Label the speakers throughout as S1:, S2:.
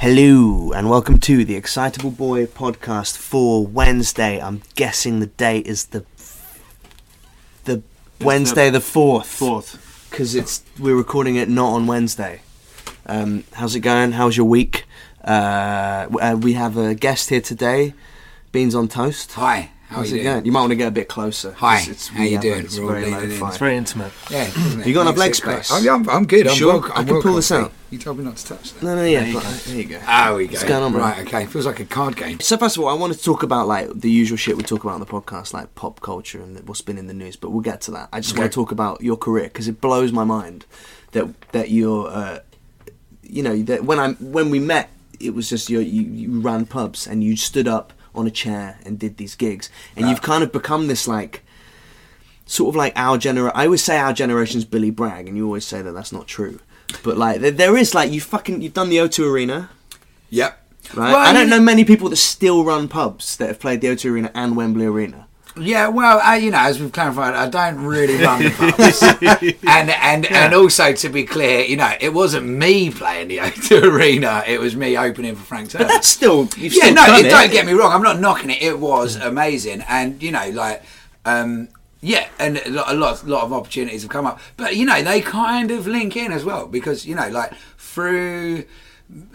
S1: Hello and welcome to the Excitable Boy podcast for Wednesday. I'm guessing the date is the the Wednesday the fourth
S2: Fourth.
S1: because it's we're recording it not on Wednesday. Um, how's it going? How's your week? Uh, w- uh, we have a guest here today, Beans on Toast.
S3: Hi, how
S1: how's
S3: are
S1: it
S3: you doing?
S1: going? You might want to get a bit closer.
S3: Hi,
S1: 'cause
S3: how you
S1: yeah,
S3: doing?
S1: It's
S3: We're all
S1: very
S3: leaning in.
S1: low
S3: It's
S1: fi.
S2: intimate.
S3: Yeah, isn't it?
S1: You got enough
S3: Makes
S1: leg
S3: it
S1: space?
S3: close. I'm, I'm, I'm good. I'm
S1: Sure?
S3: well,
S1: I
S3: I'm
S1: can
S3: well
S1: pull this
S3: confident.
S1: out.
S3: You told me not to touch that.
S1: No, no, yeah,
S2: There you
S1: but-
S2: go.
S1: there you go.
S3: Ah, we go.
S1: What's going on, man?
S3: right, okay. Feels like a card game.
S1: So first of all, I wanted to talk about like the usual shit we talk about on the podcast, like pop culture and what's been in the news. But we'll get to that. I just want
S3: Okay.
S1: to talk about your career because it blows my mind that that you're, uh, you know, that when I when we met, it was just you, you you ran pubs and you stood up on a chair and did these gigs, and you've kind of become this like sort of like our gener. I always say our generation's Billy Bragg, and you always say that that's not true. But like there, there is like you fucking you've done the O2 Arena.
S3: Yep.
S1: Right?
S3: Well,
S1: I don't
S3: you-
S1: know many people that still run pubs that have played the O2 Arena and Wembley Arena.
S3: Yeah, well, uh, you know, as we've clarified, I don't really run the pubs, and and and also to be clear, you know, it wasn't me playing the O2 Arena; it was me opening for Frank Turner.
S1: That's still you've
S3: yeah,
S1: still
S3: no,
S1: done
S3: it,
S1: it.
S3: don't get me wrong. I'm not knocking it. It was amazing, and you know, like, um, yeah, and a lot, a lot, lot of opportunities have come up. But you know, they kind of link in as well because you know, like through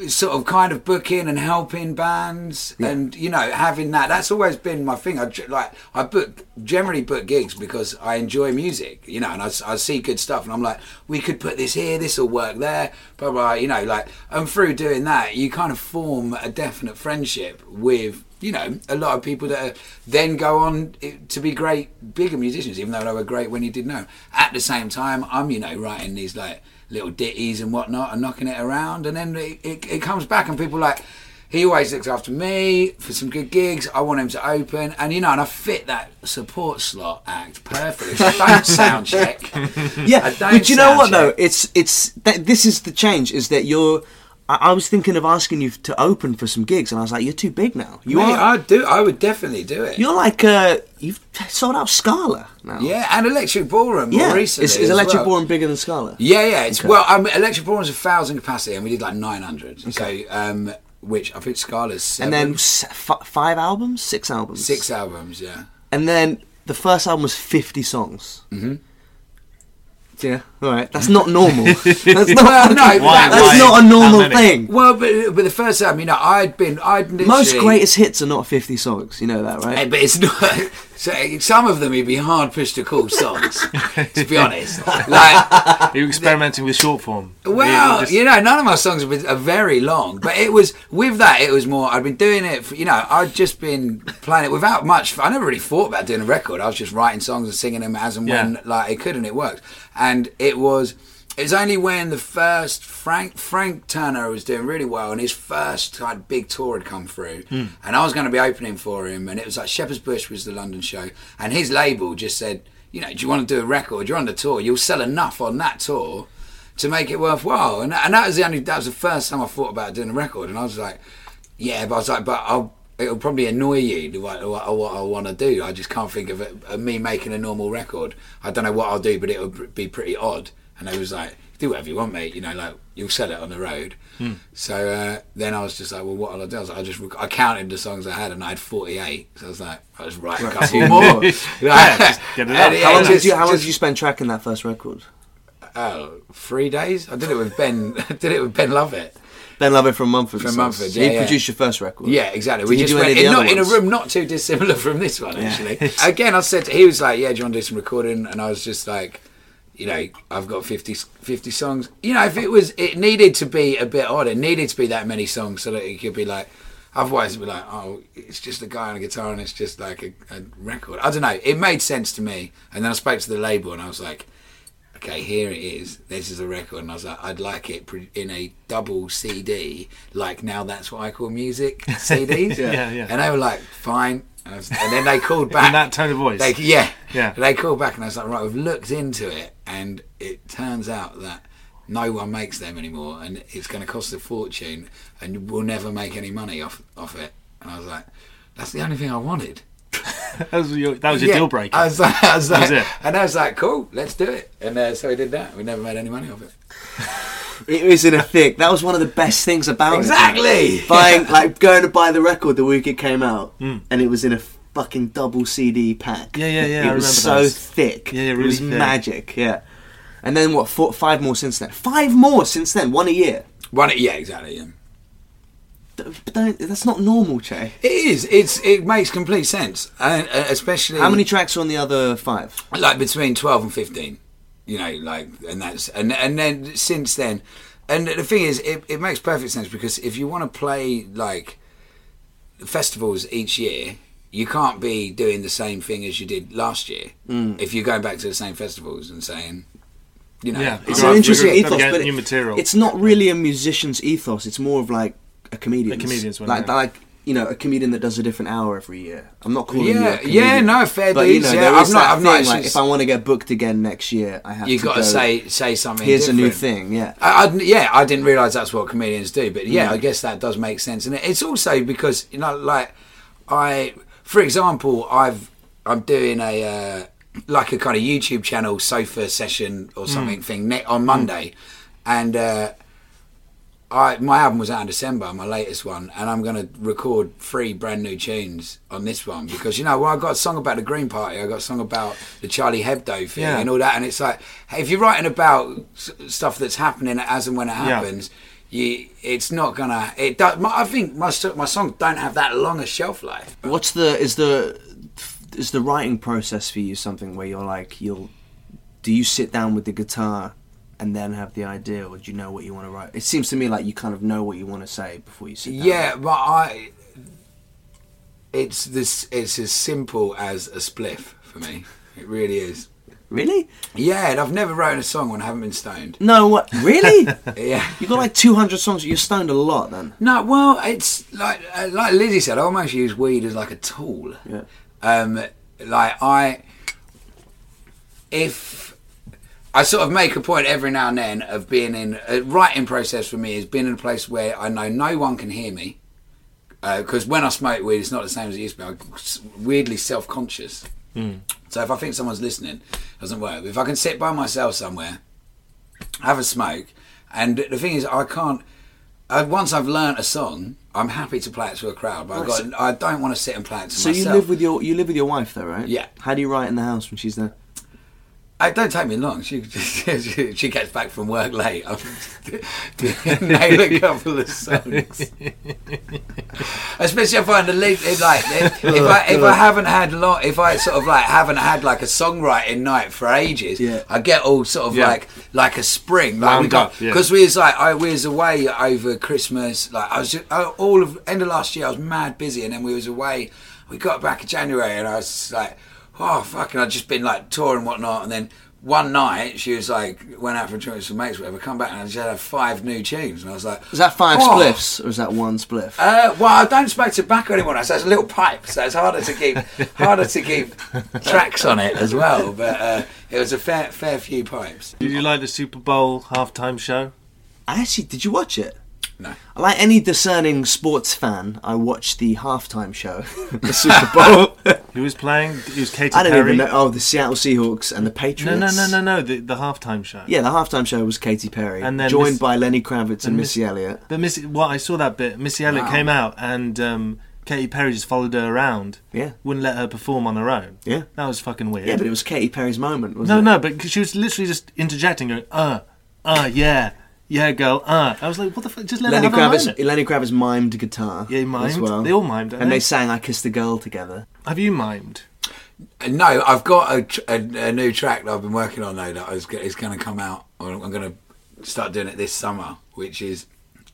S3: sort of kind of booking and helping bands and you know having that that's always been my thing i ge- like i book generally book gigs because i enjoy music you know and I, s- I see good stuff and i'm like we could put this here this will work there blah blah you know like and through doing that you kind of form a definite friendship with you know a lot of people that are, then go on i- to be great bigger musicians even though they were great when you did know at the same time i'm you know writing these like little ditties and whatnot and knocking it around and then it, it, it comes back and people like he always looks after me for some good gigs i want him to open and you know and i fit that support slot act perfectly so I don't sound check I
S1: Yeah,
S3: don't
S1: but you know
S3: sound
S1: what though?
S3: check.
S1: It's it's that this is the change is that you're. I, I was thinking of asking you to open for some gigs, and I was like, you're too big now. You
S3: Mate,
S1: are.
S3: i do i would definitely do it
S1: You're like uh, you've sold out Scala now.
S3: yeah and electric ballroom
S1: yeah.
S3: more recently
S1: is,
S3: as
S1: is Electric
S3: well.
S1: Ballroom bigger than Scala?
S3: Yeah, yeah. It's well, um, electric ballroom's a thousand capacity, and we did like nine hundred. So, um, which I think Scala's
S1: And
S3: seven,
S1: then s- f- five albums, six albums,
S3: six albums. Yeah,
S1: And then the first album was 50 songs. Mm-hmm. Yeah, all right. That's not normal. that's not,
S3: Well, no,
S2: Why-
S1: that's
S2: why
S1: not a
S2: that
S1: normal
S2: many?
S1: thing.
S3: Well, but, but the first album, you know, I'd been, I'd literally,
S1: Most greatest hits are not 50 songs. You know that,
S3: Hey,
S1: right?
S3: but it's not. So some of them you'd be hard pushed to call songs, to be honest. Like,
S2: Are you experimenting with short form?
S3: well,
S2: Just-
S3: you know, none of my songs have been- are very long, but it was with that. It was more. I'd been doing it. For, you know, I'd just been playing it without much. I never really thought about doing a record. I was just writing songs and singing them as and
S2: Yeah.
S3: when like it could, and it worked. And it was. It's only when the first Frank Frank Turner was doing really well, and his first kind of big tour had come through, and I was going to be opening for him, and it was like Shepherd's Bush was the London show, and his label just said, you know, do you want to do a record? You're on the tour, you'll sell enough on that tour to make it worthwhile, and and that was the only that was the first time I thought about doing a record, and I was like, yeah, but I was like, but I'll. It'll probably annoy you the what, what, what I want to do. I just can't think of it, of me making a normal record. I don't know what I'll do, but it'll pr- be pretty odd. And they was like, "Do whatever you want, mate. You know, like you'll sell it on the road."
S1: Hmm.
S3: So uh, then I was just like, "Well, what will I do?" I, was like, I just rec- I counted the songs I had, and I had forty-eight. So I was like, "I just write a couple more." Like,
S2: Yeah, just get it
S3: and
S2: out.
S3: it-
S1: How long,
S3: it
S1: did
S3: just-
S1: you, how long
S3: just-
S1: did you spend tracking that first record?
S3: oh, three days. I did it with Ben. did it with Ben Lovett.
S1: Ben Lovett from Mumford.
S3: From
S1: Sons.
S3: Mumford,
S1: So
S3: yeah,
S1: He
S3: yeah.
S1: produced your first record.
S3: Yeah, exactly.
S1: Did
S3: we
S1: you
S3: just
S1: do any
S3: went
S1: of the
S3: in,
S1: other
S3: not, in a
S1: ones?
S3: room not too dissimilar from this one, actually. Again, I said to, he was like, "Yeah, do you want to do some recording?" And I was just like, "You know, I've got 50, 50 songs. You know, if it was, it needed to be a bit odd. It needed to be that many songs so that it could be like." Otherwise, it'd be like, oh, it's just a guy on a guitar and it's just like a, a record. I don't know. It made sense to me. And then I spoke to the label and I was like, okay, here it is. This is a record, and I was like, I'd like it pr- in a double CD. Like now, that's what I call music CDs.
S2: Yeah, yeah.
S3: And they were like, fine. And, I was- and then they called back.
S2: In that tone of voice.
S3: They, yeah,
S2: Yeah.
S3: They called back, and I was like, right, we've looked into it, and it turns out that no one makes them anymore, and it's going to cost a fortune, and we'll never make any money off off it. And I was like, that's the only thing I wanted.
S2: That was your, that was your
S3: Yeah.
S2: deal breaker.
S3: I was like, I was like,
S2: was it.
S3: and I was like, cool, let's do it. And uh, so we did that. We never made any money off it.
S1: It was in a thick. That was one of the best things about it.
S3: Exactly.
S1: Buying, like, going to buy the record the week it came out, and it was in a fucking double CD pack.
S2: Hmm. Yeah, yeah, yeah, I
S1: It
S2: remember
S1: was so
S2: those.
S1: thick.
S2: Yeah, yeah,
S1: it was
S2: really thick.
S1: magic. Yeah. And then what? Four, five more since then. Five more since then. One a year.
S3: One, yeah, exactly. Yeah.
S1: D- But don't, that's not normal, Che.
S3: It is. It's. It makes complete sense, and uh, especially
S1: How many tracks are on the other five?
S3: like between 12 and 15 you know like and that's and and then since then and the thing is it, it makes perfect sense because if you want to play like festivals each year you can't be doing the same thing as you did last year
S1: Mm.
S3: if you're going back to the same festivals and saying you know
S2: Yeah.
S1: It's
S2: Right,
S1: an
S2: so
S1: interesting
S2: you're gonna
S1: ethos,
S2: get
S1: but
S2: new
S1: it-
S2: material.
S1: it's not really a musician's ethos. It's more of like a comedian's.
S2: A comedian's one,
S1: like
S2: yeah.
S1: like you know a comedian that does a different hour every year. I'm not calling you
S3: Yeah,
S1: a comedian,
S3: yeah, no, fair
S1: But you
S3: dues,
S1: know,
S3: yeah.
S1: there
S3: I've
S1: is
S3: not-
S1: that
S3: I've not
S1: thing, like,
S3: actually-
S1: if I want to get booked again next year, I have.
S3: you've
S1: to
S3: got to
S1: go,
S3: say say something
S1: Here's a new
S3: different.
S1: thing. Yeah.
S3: I, I, yeah, I didn't realize that's what comedians do, but yeah,
S1: Mm.
S3: I guess that does make sense. And it's also because you know, like I, for example, I've I'm doing a uh, like a kind of YouTube channel sofa session
S1: Mm.
S3: or something thing ne- on Monday, and uh, I my album was out in December, my latest one, and I'm going to record three brand new tunes on this one because you know, well, I got a song about the Green Party, I got a song about the Charlie Hebdo thing,
S2: Yeah.
S3: and all that, and it's like hey, if you're writing about s- stuff that's happening as and when it happens. You, it's not gonna. It does. My, I think my so- my songs don't have that long a shelf life.
S1: What's the is the is the writing process for you something where you're like you'll do you sit down with the guitar and then have the idea or do you know what you want to write? It seems to me like you kind of know what you want to say before you sit down.
S3: Yeah, but I. It's this. It's as simple as a spliff for me. It really is.
S1: Really?
S3: Yeah, and I've never written a song when I haven't been stoned.
S1: No, what? Really?
S3: Yeah.
S1: You've got like 200 songs. You're stoned a lot then.
S3: No, well, it's like uh, like Lizzie said, I almost use weed as like a tool.
S1: Yeah.
S3: Um, like I, if I sort of make a point every now and then of being in a writing process for me is being in a place where I know no one can hear me. Because when I smoke weed, it's not the same as it used to be. I'm s- weirdly self conscious.
S1: Hmm.
S3: So if I think someone's listening, doesn't work. If I can sit by myself somewhere, have a smoke, and the thing is, I can't. I, once I've learnt a song, I'm happy to play it to a crowd, but I've
S1: Nice.
S3: got, I don't want to sit and play it to
S1: Oh, So
S3: myself.
S1: you live with your you live with your wife though, right?
S3: Yeah.
S1: How do you write in the house when she's there?
S3: It don't take me long. She she, she gets back from work late. I'm nail a couple of songs. Especially if I find the lead, if, like if, if I if I haven't had long, if I sort of like haven't had like a songwriting night for ages,
S1: Yeah.
S3: I get all sort of
S2: Yeah.
S3: like like a spring. Like
S2: Wound
S3: we got
S2: up, yeah.
S3: because we was like I we was away over Christmas. Like I was just, I, all of end of last year, I was mad busy, and then we was away. We got back in January, and I was just like, oh fucking, I'd just been like touring and whatnot, and then. One night she was like went out for drinks with mates, whatever. Come back and I just had five new tunes, and I was like,
S1: Is that five
S3: "Oh."
S1: spliffs or is that one spliff?
S3: Uh, well, I don't smoke tobacco anymore, now, so it's a little pipe, so it's harder to keep harder to keep tracks on it as well. But uh, it was a fair fair few pipes.
S2: Did you like the Super Bowl halftime show?
S1: I actually did you watch it?
S3: No.
S1: Like any discerning sports fan, I watched the halftime show, the Super Bowl.
S2: Who was playing? It was Katy
S1: I don't
S2: Perry.
S1: even know. Oh, the Seattle Seahawks and the
S2: No,
S1: Patriots.
S2: no, no, no, no. The, the halftime show.
S1: Yeah, the halftime show was Katy Perry,
S2: And then
S1: joined
S2: Miss-
S1: by Lenny Kravitz and
S2: and
S1: Missy
S2: Miss-
S1: Elliott.
S2: But Missy, well, I saw that bit. Missy Elliott
S3: Wow.
S2: came out, and um, Katy Perry just followed her around.
S1: Yeah.
S2: Wouldn't let her perform on her own.
S1: Yeah.
S2: That was fucking weird.
S1: Yeah, but it was Katy Perry's moment, wasn't
S2: no,
S1: it?
S2: no, but 'cause she was literally just interjecting, going, "Uh, uh, yeah, yeah, girl, uh." I was like, "What the fuck? Just let
S1: Lenny
S2: her have a
S1: Kravitz,
S2: moment."
S1: Lenny Kravitz mimed guitar.
S2: Yeah, he mimed.
S1: As well.
S2: They all mimed, don't
S1: and
S2: they?
S1: they sang "I Kissed a Girl" together.
S2: Have you mimed?
S3: Uh, No, I've got a, tr- a, a new track that I've been working on though that I was, go- it's going to come out. or I'm going to start doing it this summer, which is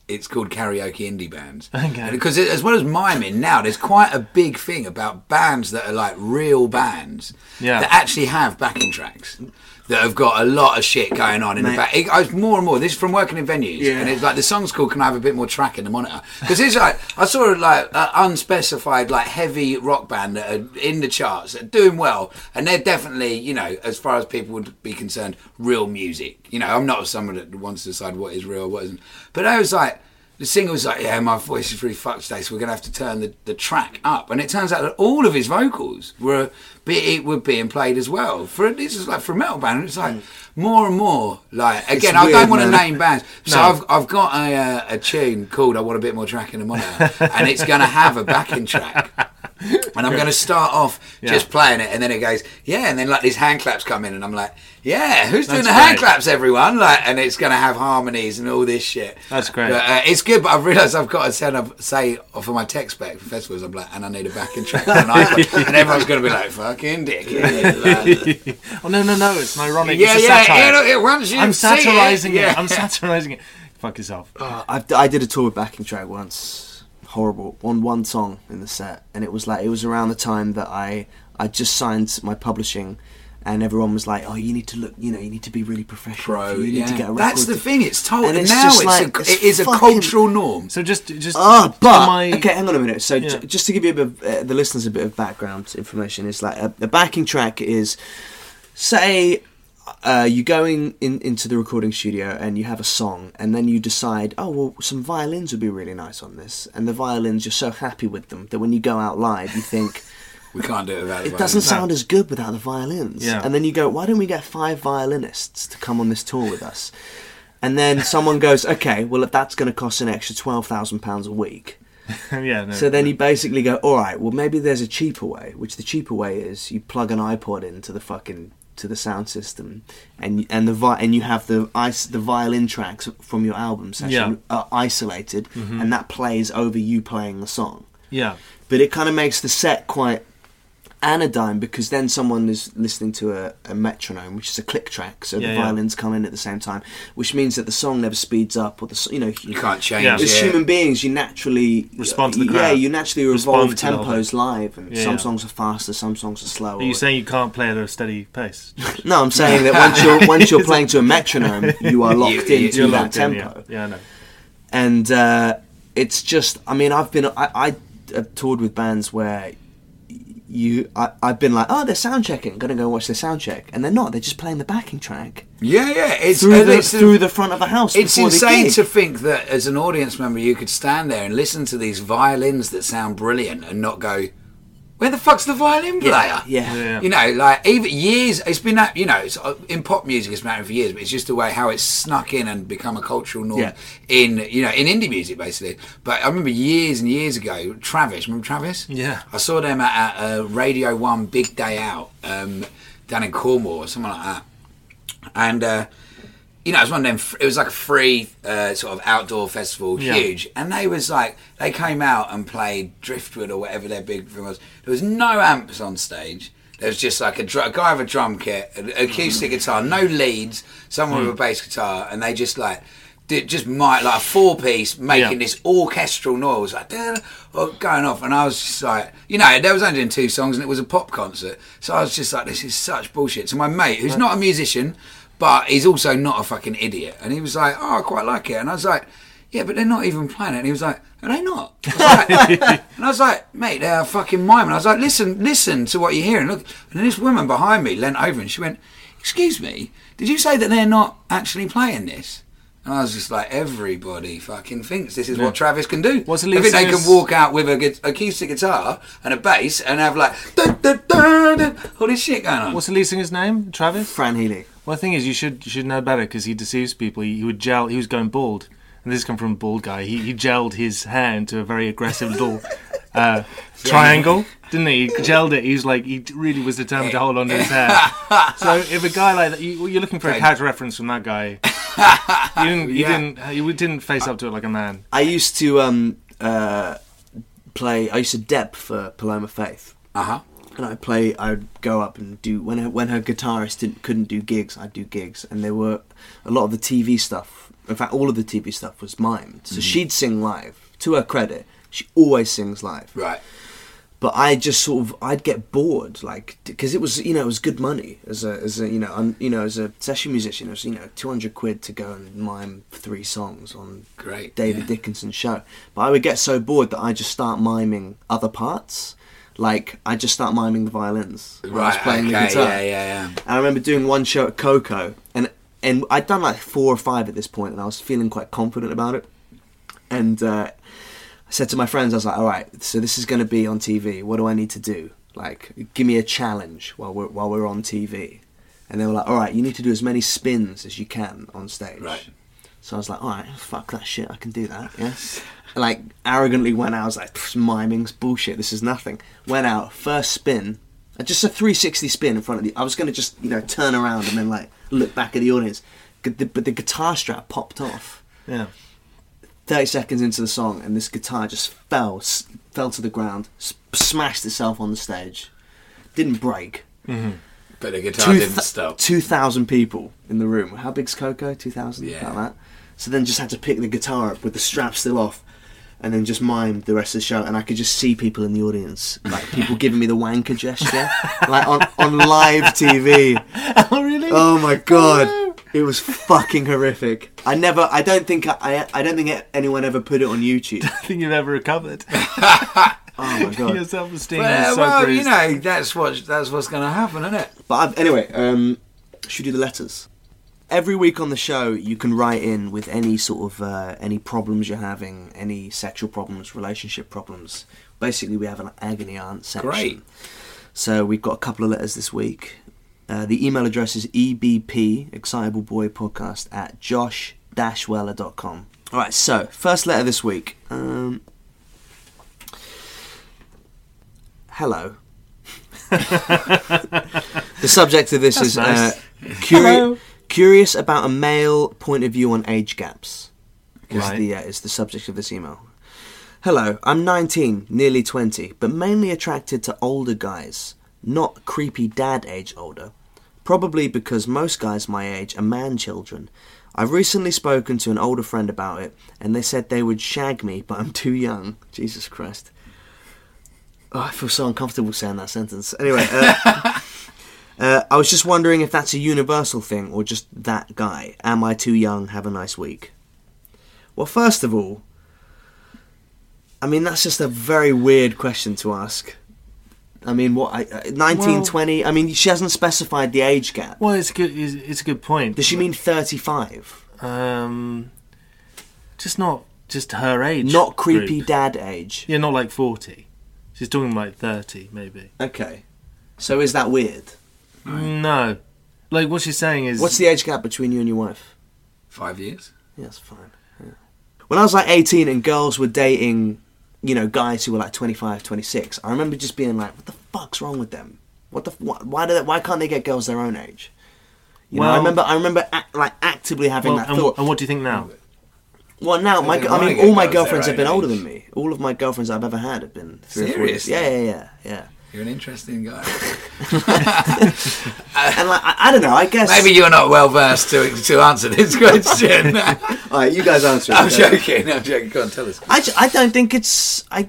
S3: it's called karaoke indie bands.
S2: Okay.
S3: Because it, as well as miming now, there's quite a big thing about bands that are like real bands
S2: Yeah.
S3: that actually have backing tracks. that have got a lot of shit going on in the
S1: Mate.
S3: back. It, I, more and more, this is from working in venues,
S1: Yeah.
S3: and it's like the song's called "Can I Have a Bit More Track in the Monitor?" Because it's like I saw like an unspecified like heavy rock band that are in the charts, that are doing well, and they're definitely you know as far as people would be concerned, real music. You know, I'm not someone that wants to decide what is real, what isn't. But I was like. The singer was like, "Yeah, my voice is really fucked today, so we're gonna have to turn the, the track up." And it turns out that all of his vocals were be, it were being played as well. For this is like for a metal band, and it's like more and more. Like again, I
S1: Mm. weird,
S3: don't want to
S1: man.
S3: name bands, so I've I've got a, uh, a tune called "I Want a Bit More Track in the Monitor," and it's gonna have a backing track. And I'm going to start off just playing it, and then it goes, yeah, and then like these hand claps come in, and I'm like, yeah, who's doing
S2: That's
S3: the hand
S2: great.
S3: claps, everyone? Like, and it's going to have harmonies and all this shit.
S2: That's great.
S3: But, uh, it's good, but I've realised I've got to send up, say off of my text back for festivals. I'm like, and I need a backing track, for an iPhone." and everyone's going to be like, fucking dick. yeah,
S2: Oh no, no, no! It's an ironic.
S3: yeah,
S2: it's a satire.
S3: yeah. It, it, once you
S2: I'm
S3: see it,
S2: satirizing it.
S3: yeah.
S2: I'm satirizing it. Fuck yourself.
S1: I, I did a tour with backing track once, horrible, on one song in the set, and it was like it was around the time that I I just signed my publishing, and everyone was like, "Oh, you need to look, you know, you need to be really professional.
S3: Bro,
S1: you need
S3: yeah.
S1: to get a record."
S3: That's the
S1: deal."
S3: thing. It's told
S1: And it's
S3: now.
S1: just
S3: It's,
S1: like,
S3: a,
S1: it's
S3: it is a
S1: fucking-
S3: cultural norm.
S2: So just, just.
S1: Oh, but
S2: am I-
S1: okay, hang on a minute. So,
S2: Yeah.
S1: j- just to give you a bit of, uh, the listeners a bit of background information, is like a, a backing track is, say, uh, you're going in, into the recording studio and you have a song, and then you decide, oh well, some violins would be really nice on this, and the violins you're so happy with them that when you go out live, you think.
S3: We can't do it without
S1: It doesn't sound as good without the violins.
S2: Yeah.
S1: And then you go, why don't we get five violinists to come on this tour with us? And then someone goes, okay, well, that's going to cost an extra £12,000 a week.
S2: yeah. No,
S1: So then you basically go, all right, well maybe there's a cheaper way, which the cheaper way is you plug an iPod into the fucking to the sound system, and and the vi- and you have the is- the violin tracks from your album session are isolated,
S2: Mm-hmm.
S1: and that plays over you playing the song.
S2: Yeah.
S1: But it kind of makes the set quite anodyne because then someone is listening to a, a metronome, which is a click track, so
S2: Yeah,
S1: the
S2: yeah.
S1: violins come in at the same time, which means that the song never speeds up or the s- you know
S3: You can't change
S2: Yeah.
S3: it.
S1: as human beings, you naturally
S2: Respond to the
S1: Yeah,
S2: crowd.
S1: you naturally
S2: Respond
S1: revolve
S2: to the whole
S1: tempos live, and
S2: Yeah,
S1: some
S2: yeah.
S1: songs are faster, some songs are slower.
S2: Are you saying you can't play at a steady pace?
S1: no, I'm saying that once you're once you're playing to a metronome, you are locked
S3: you-
S1: into
S3: you're
S1: that
S2: locked in,
S1: tempo,
S2: Yeah, yeah, no.
S1: and uh, it's just. I mean, I've been I, I have toured with bands where you I, I've been like, oh, they're sound checking, gonna go watch their sound check, and they're not. They're just playing the backing track
S3: Yeah, yeah. It's
S1: through
S3: and
S1: the,
S3: it's-
S1: through the front of the house.
S3: It's
S1: before the
S3: insane
S1: gig.
S3: to think that as an audience member, you could stand there and listen to these violins that sound brilliant and not go, "Where the fuck's the violin player?"
S1: yeah.
S2: Yeah.
S3: You know, like even years. It's been that you know, it's, uh, in pop music, it's been happening for years, but it's just the way how it's snuck in and become a cultural norm
S1: Yeah.
S3: in you know in indie music basically. But I remember years and years ago, Travis. Remember Travis?
S2: Yeah.
S3: I saw them at, at uh, Radio One Big Day Out um, down in Cornwall or something like that and uh, you know, it was one of them. fr- It was like a free uh, sort of outdoor festival,
S2: Yeah.
S3: huge. And they was like, they came out and played Driftwood or whatever their big thing was. There was no amps on stage. There was just like a, dr- a guy with a drum kit, an acoustic guitar, no leads, someone
S2: Hmm.
S3: with a bass guitar, and they just like. Did just might like a four piece making
S2: Yeah.
S3: this orchestral noise like da, da, or going off and I was just like you know there was only doing two songs and it was a pop concert so I was just like this is such bullshit so my mate who's not a musician but he's also not a fucking idiot and he was like oh I quite like it and I was like yeah but they're not even playing it and he was like are they not I was like- and I was like mate they're a fucking mime and I was like listen listen to what you're hearing look and then this woman behind me leant over and she went excuse me did you say that they're not actually playing this and I was just like, everybody fucking thinks this is what Travis can do.
S2: What's the
S3: I
S2: lead
S3: think they
S2: singer's-
S3: can walk out with a gu- acoustic guitar and a bass and have like da, da, da, da, all this shit going on.
S2: What's the lead singer's name? Travis.
S1: Fran Healy.
S2: Well, the thing is, you should you should know better because he deceives people. He, he would gel. He was going bald, and this has come from a bald guy. He he gelled his hair into a very aggressive little uh, triangle, didn't he? He gelled it. He was like he really was determined to hold on to his hair. So if a guy like that, you, you're looking for a character reference from that guy. You didn't. You
S3: Yeah.
S2: didn't. You didn't face up to it like a man.
S1: I used to um, uh, play. I used to dep for Paloma Faith,
S3: Uh huh.
S1: and I'd play. I'd go up and do when her, when her guitarist didn't couldn't do gigs. I'd do gigs, and there were a lot of the TV stuff. In fact, all of the TV stuff was mimed. So she'd sing live. To her credit, she always sings live.
S3: Right.
S1: But I just sort of I'd get bored, like because it was you know it was good money as a as a you know un, you know as a session musician it was you know two hundred quid to go and mime three songs on
S3: Great,
S1: David
S3: yeah.
S1: Dickinson show. But I would get so bored that I just start miming other parts, like I just start miming the violins. when I was
S3: Right,
S1: playing the
S3: okay,
S1: guitar.
S3: yeah, yeah, yeah.
S1: And I remember doing one show at Coco, and and I'd done like four or five at this point, and I was feeling quite confident about it. And uh, I said to my friends, I was like, "All right, so this is going to be on TV. What do I need to do? Like, give me a challenge while we're while we're on TV." And they were like, "All right, you need to do as many spins as you can on stage."
S3: Right.
S1: So I was like, "All right, fuck that shit. I can do that." Yeah. And, like arrogantly went out. I was like, "Pff, "Miming's bullshit. This is nothing." Went out first spin. uh, Just a 360 spin in front of the. I was gonna just you know turn around and then like look back at the audience, G- the- but the guitar strap popped off.
S2: Yeah.
S1: 30 seconds into the song and this guitar just fell s- fell to the ground s- smashed itself on the stage didn't break
S3: But the guitar
S1: Two
S3: didn't
S1: thou-
S3: stop.
S1: 2000 people in the room how big's coco 2000
S3: Yeah.
S1: about that so then just had to pick the guitar up with the strap still off and then just mime the rest of the show and i could just see people in the audience like people giving me the wanker gesture like on, on live tv
S2: Oh really?
S1: Oh my god, it was fucking horrific. I never, I don't think, I, I, I don't think anyone ever put it on YouTube.
S2: I think you've ever recovered.
S1: Oh my
S2: Your
S1: god.
S2: self esteem
S3: But,
S2: is
S3: uh,
S2: so
S3: well,
S2: bruised.
S3: you know, that's what that's what's going to happen, isn't it?
S1: But I've, anyway, um, should we do the letters. Every week on the show, you can write in with any sort of uh, any problems you're having, any sexual problems, relationship problems. Basically, we have an agony aunt section.
S3: Great.
S1: So we've got a couple of letters this week. Uh, the email address is ebp excitable boy podcast at josh com. All right. So first letter this week. Um, hello. the subject of this is
S2: nice.
S1: uh, curi-
S2: Hello.
S1: curious about a male point of view on age gaps. Is
S2: Right.
S1: the uh, is the subject of this email. Hello, I'm 19, nearly 20, but mainly attracted to older guys, not creepy dad age older. Probably because most guys my age are man children. I've recently spoken to an older friend about it, and they said they would shag me, but I'm too young. Jesus Christ. Oh, I feel so uncomfortable saying that sentence. Anyway, uh, uh, I was just wondering if that's a universal thing or just that guy. Am I too young? Have a nice week. Well, first of all, I mean, that's just a very weird question to ask. I mean, what? I, I- 19,
S2: Well-
S1: 20? I mean, she hasn't specified the age gap.
S2: Well, it's a good. It's, it's a good point.
S1: Does she mean 35?
S2: Um, just not just her age.
S1: Not creepy
S2: group.
S1: dad age.
S2: Yeah, not like forty. She's talking like thirty, maybe.
S1: Okay. So is that weird?
S2: No, like what she's saying is
S1: What's the age gap between you and your wife?
S3: Five years.
S1: Yeah, that's fine. Yeah. When I was like 18 and girls were dating, you know, guys who were like 25, 26, I remember just being like, what the fuck's wrong with them? What the, why, why, do they, why can't they get girls their own age? You know, I
S2: Well-
S1: remember, I remember act, like actively having
S2: Well,
S1: that
S2: and,
S1: thought.
S2: and what do you think now?
S1: Well, now my
S3: they
S1: I
S3: wanna
S1: mean,
S3: get
S1: all my
S3: girls their
S1: girlfriends have been
S3: own
S1: older
S3: age.
S1: than me. All of my girlfriends I've ever had have been three or four years.
S3: Seriously?
S1: Yeah, yeah, yeah, yeah.
S3: You're an interesting guy.
S1: And like, I, I don't know. I guess
S3: Maybe you're not well versed to to answer this question.
S1: All right, you guys answer. it.
S3: I'm
S1: Okay.
S3: joking. I'm joking. Go on, tell us.
S1: I, ju- I don't think it's I.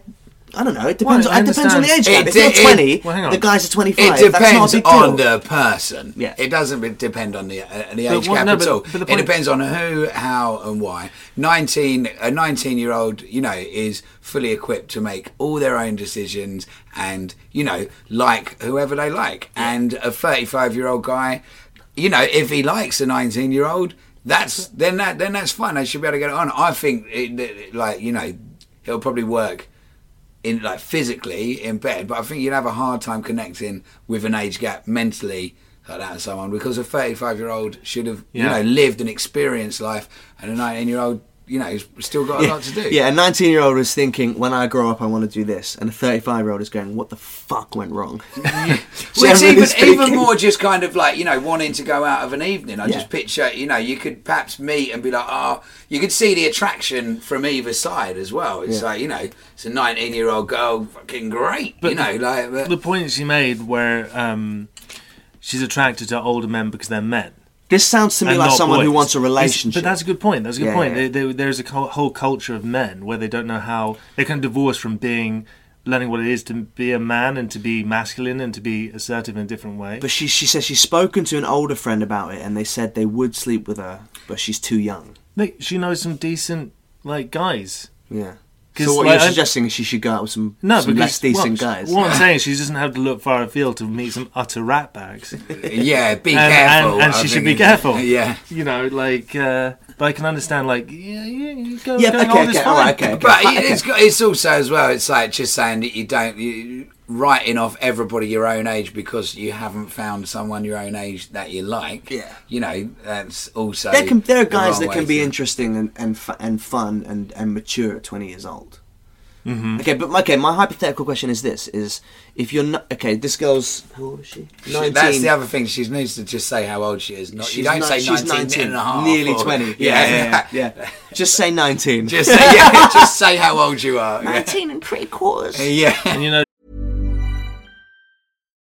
S1: I don't know. It depends.
S2: Well, I
S1: it depends on the age gap.
S2: understand.
S3: It
S1: if you're
S3: de- it-
S1: twenty,
S2: Well, hang on.
S1: the guys are twenty-five.
S3: It
S1: That's not
S3: depends
S1: a big
S3: on
S1: deal.
S3: the person.
S1: Yeah.
S3: It doesn't be- depend on the uh, the
S2: But
S3: age
S2: what-
S3: gap
S2: no,
S3: at
S2: but-
S3: all.
S2: but the
S3: it
S2: point-
S3: depends on who, how, and why. Nineteen a nineteen year old, you know, is fully equipped to make all their own decisions and you know like whoever they like. And a thirty five year old guy, you know, if he likes a nineteen year old, that's then that then that's fine. They should be able to get it on. I think it, it- like you know, it'll probably work in like physically in bed, but I think you'd have a hard time connecting with an age gap mentally like that and so on because a 35 year old should have
S2: Yeah.
S3: you know lived and experienced life, and a 19 year old you know has still got a lot to do.
S1: Yeah, a nineteen-year-old is thinking, "When I grow up, I want to do this," and a thirty-five-year-old is going, "What the fuck went wrong?"
S3: Which
S1: Generally
S3: even even
S1: speaking.
S3: more just kind of like you know wanting to go out of an evening. I
S1: Yeah.
S3: just picture you know you could perhaps meet and be like, oh, you could see the attraction from either side as well. It's
S1: Yeah.
S3: like you know it's a nineteen year old girl, fucking great, you know, like but,
S2: The point she made where um, she's attracted to older men because they're men.
S1: This sounds to me
S2: and
S1: like
S2: not
S1: someone who
S2: boys.
S1: wants a
S2: It's-
S1: relationship.
S2: But that's a good point. That's a good
S1: Yeah,
S2: point.
S1: yeah.
S2: There- there- there's a cul- whole culture of men where they don't know how they kind of divorce from being learning what it is to be a man and to be masculine and to be assertive in a different way.
S1: But she she says she's spoken to an older friend about it, and they said they would sleep with her, but she's too young.
S2: Look, she knows some decent like guys.
S1: Yeah.
S2: 'Cause,
S1: So what
S2: like,
S1: you're
S2: I-
S1: suggesting is she should go out with some,
S2: No,
S1: some
S2: because
S1: less decent
S2: what,
S1: guys.
S2: What I'm saying is she doesn't have to look far afield to meet some utter ratbags.
S3: yeah, be
S2: and,
S3: careful.
S2: and, and
S3: I
S2: she
S3: was
S2: should be
S3: thinking.
S2: careful.
S3: Yeah.
S2: you know, like, uh, but I can understand, like, yeah, yeah, you go,
S1: Yeah,
S2: going
S1: okay,
S2: on is
S1: okay,
S2: fine.
S1: alright, okay.
S3: But it- it's got, it's also as well. It's like just saying that you don't you, writing off everybody your own age because you haven't found someone your own age that you like.
S1: Yeah.
S3: you know that's also
S1: there, can, there are
S3: the
S1: guys
S3: wrong
S1: that can
S3: way
S1: be
S3: to-
S1: interesting and and, fu- and fun and, and mature at 20 years old. Mm-hmm. Okay, but okay, my hypothetical question is this: is if you're not okay, this girl's how old is she?
S3: She- That's the other thing. She needs to just say how old she is. Not,
S1: She's
S3: you don't
S1: ni-
S3: say 19,
S1: she's
S3: and a half.
S1: nearly
S3: or-
S1: 20.
S3: Yeah,
S1: yeah, yeah, yeah. Just say 19.
S3: just say yeah, just say how old you are. Yeah. Uh,
S4: 19 and three quarters.
S3: yeah.
S2: And you know,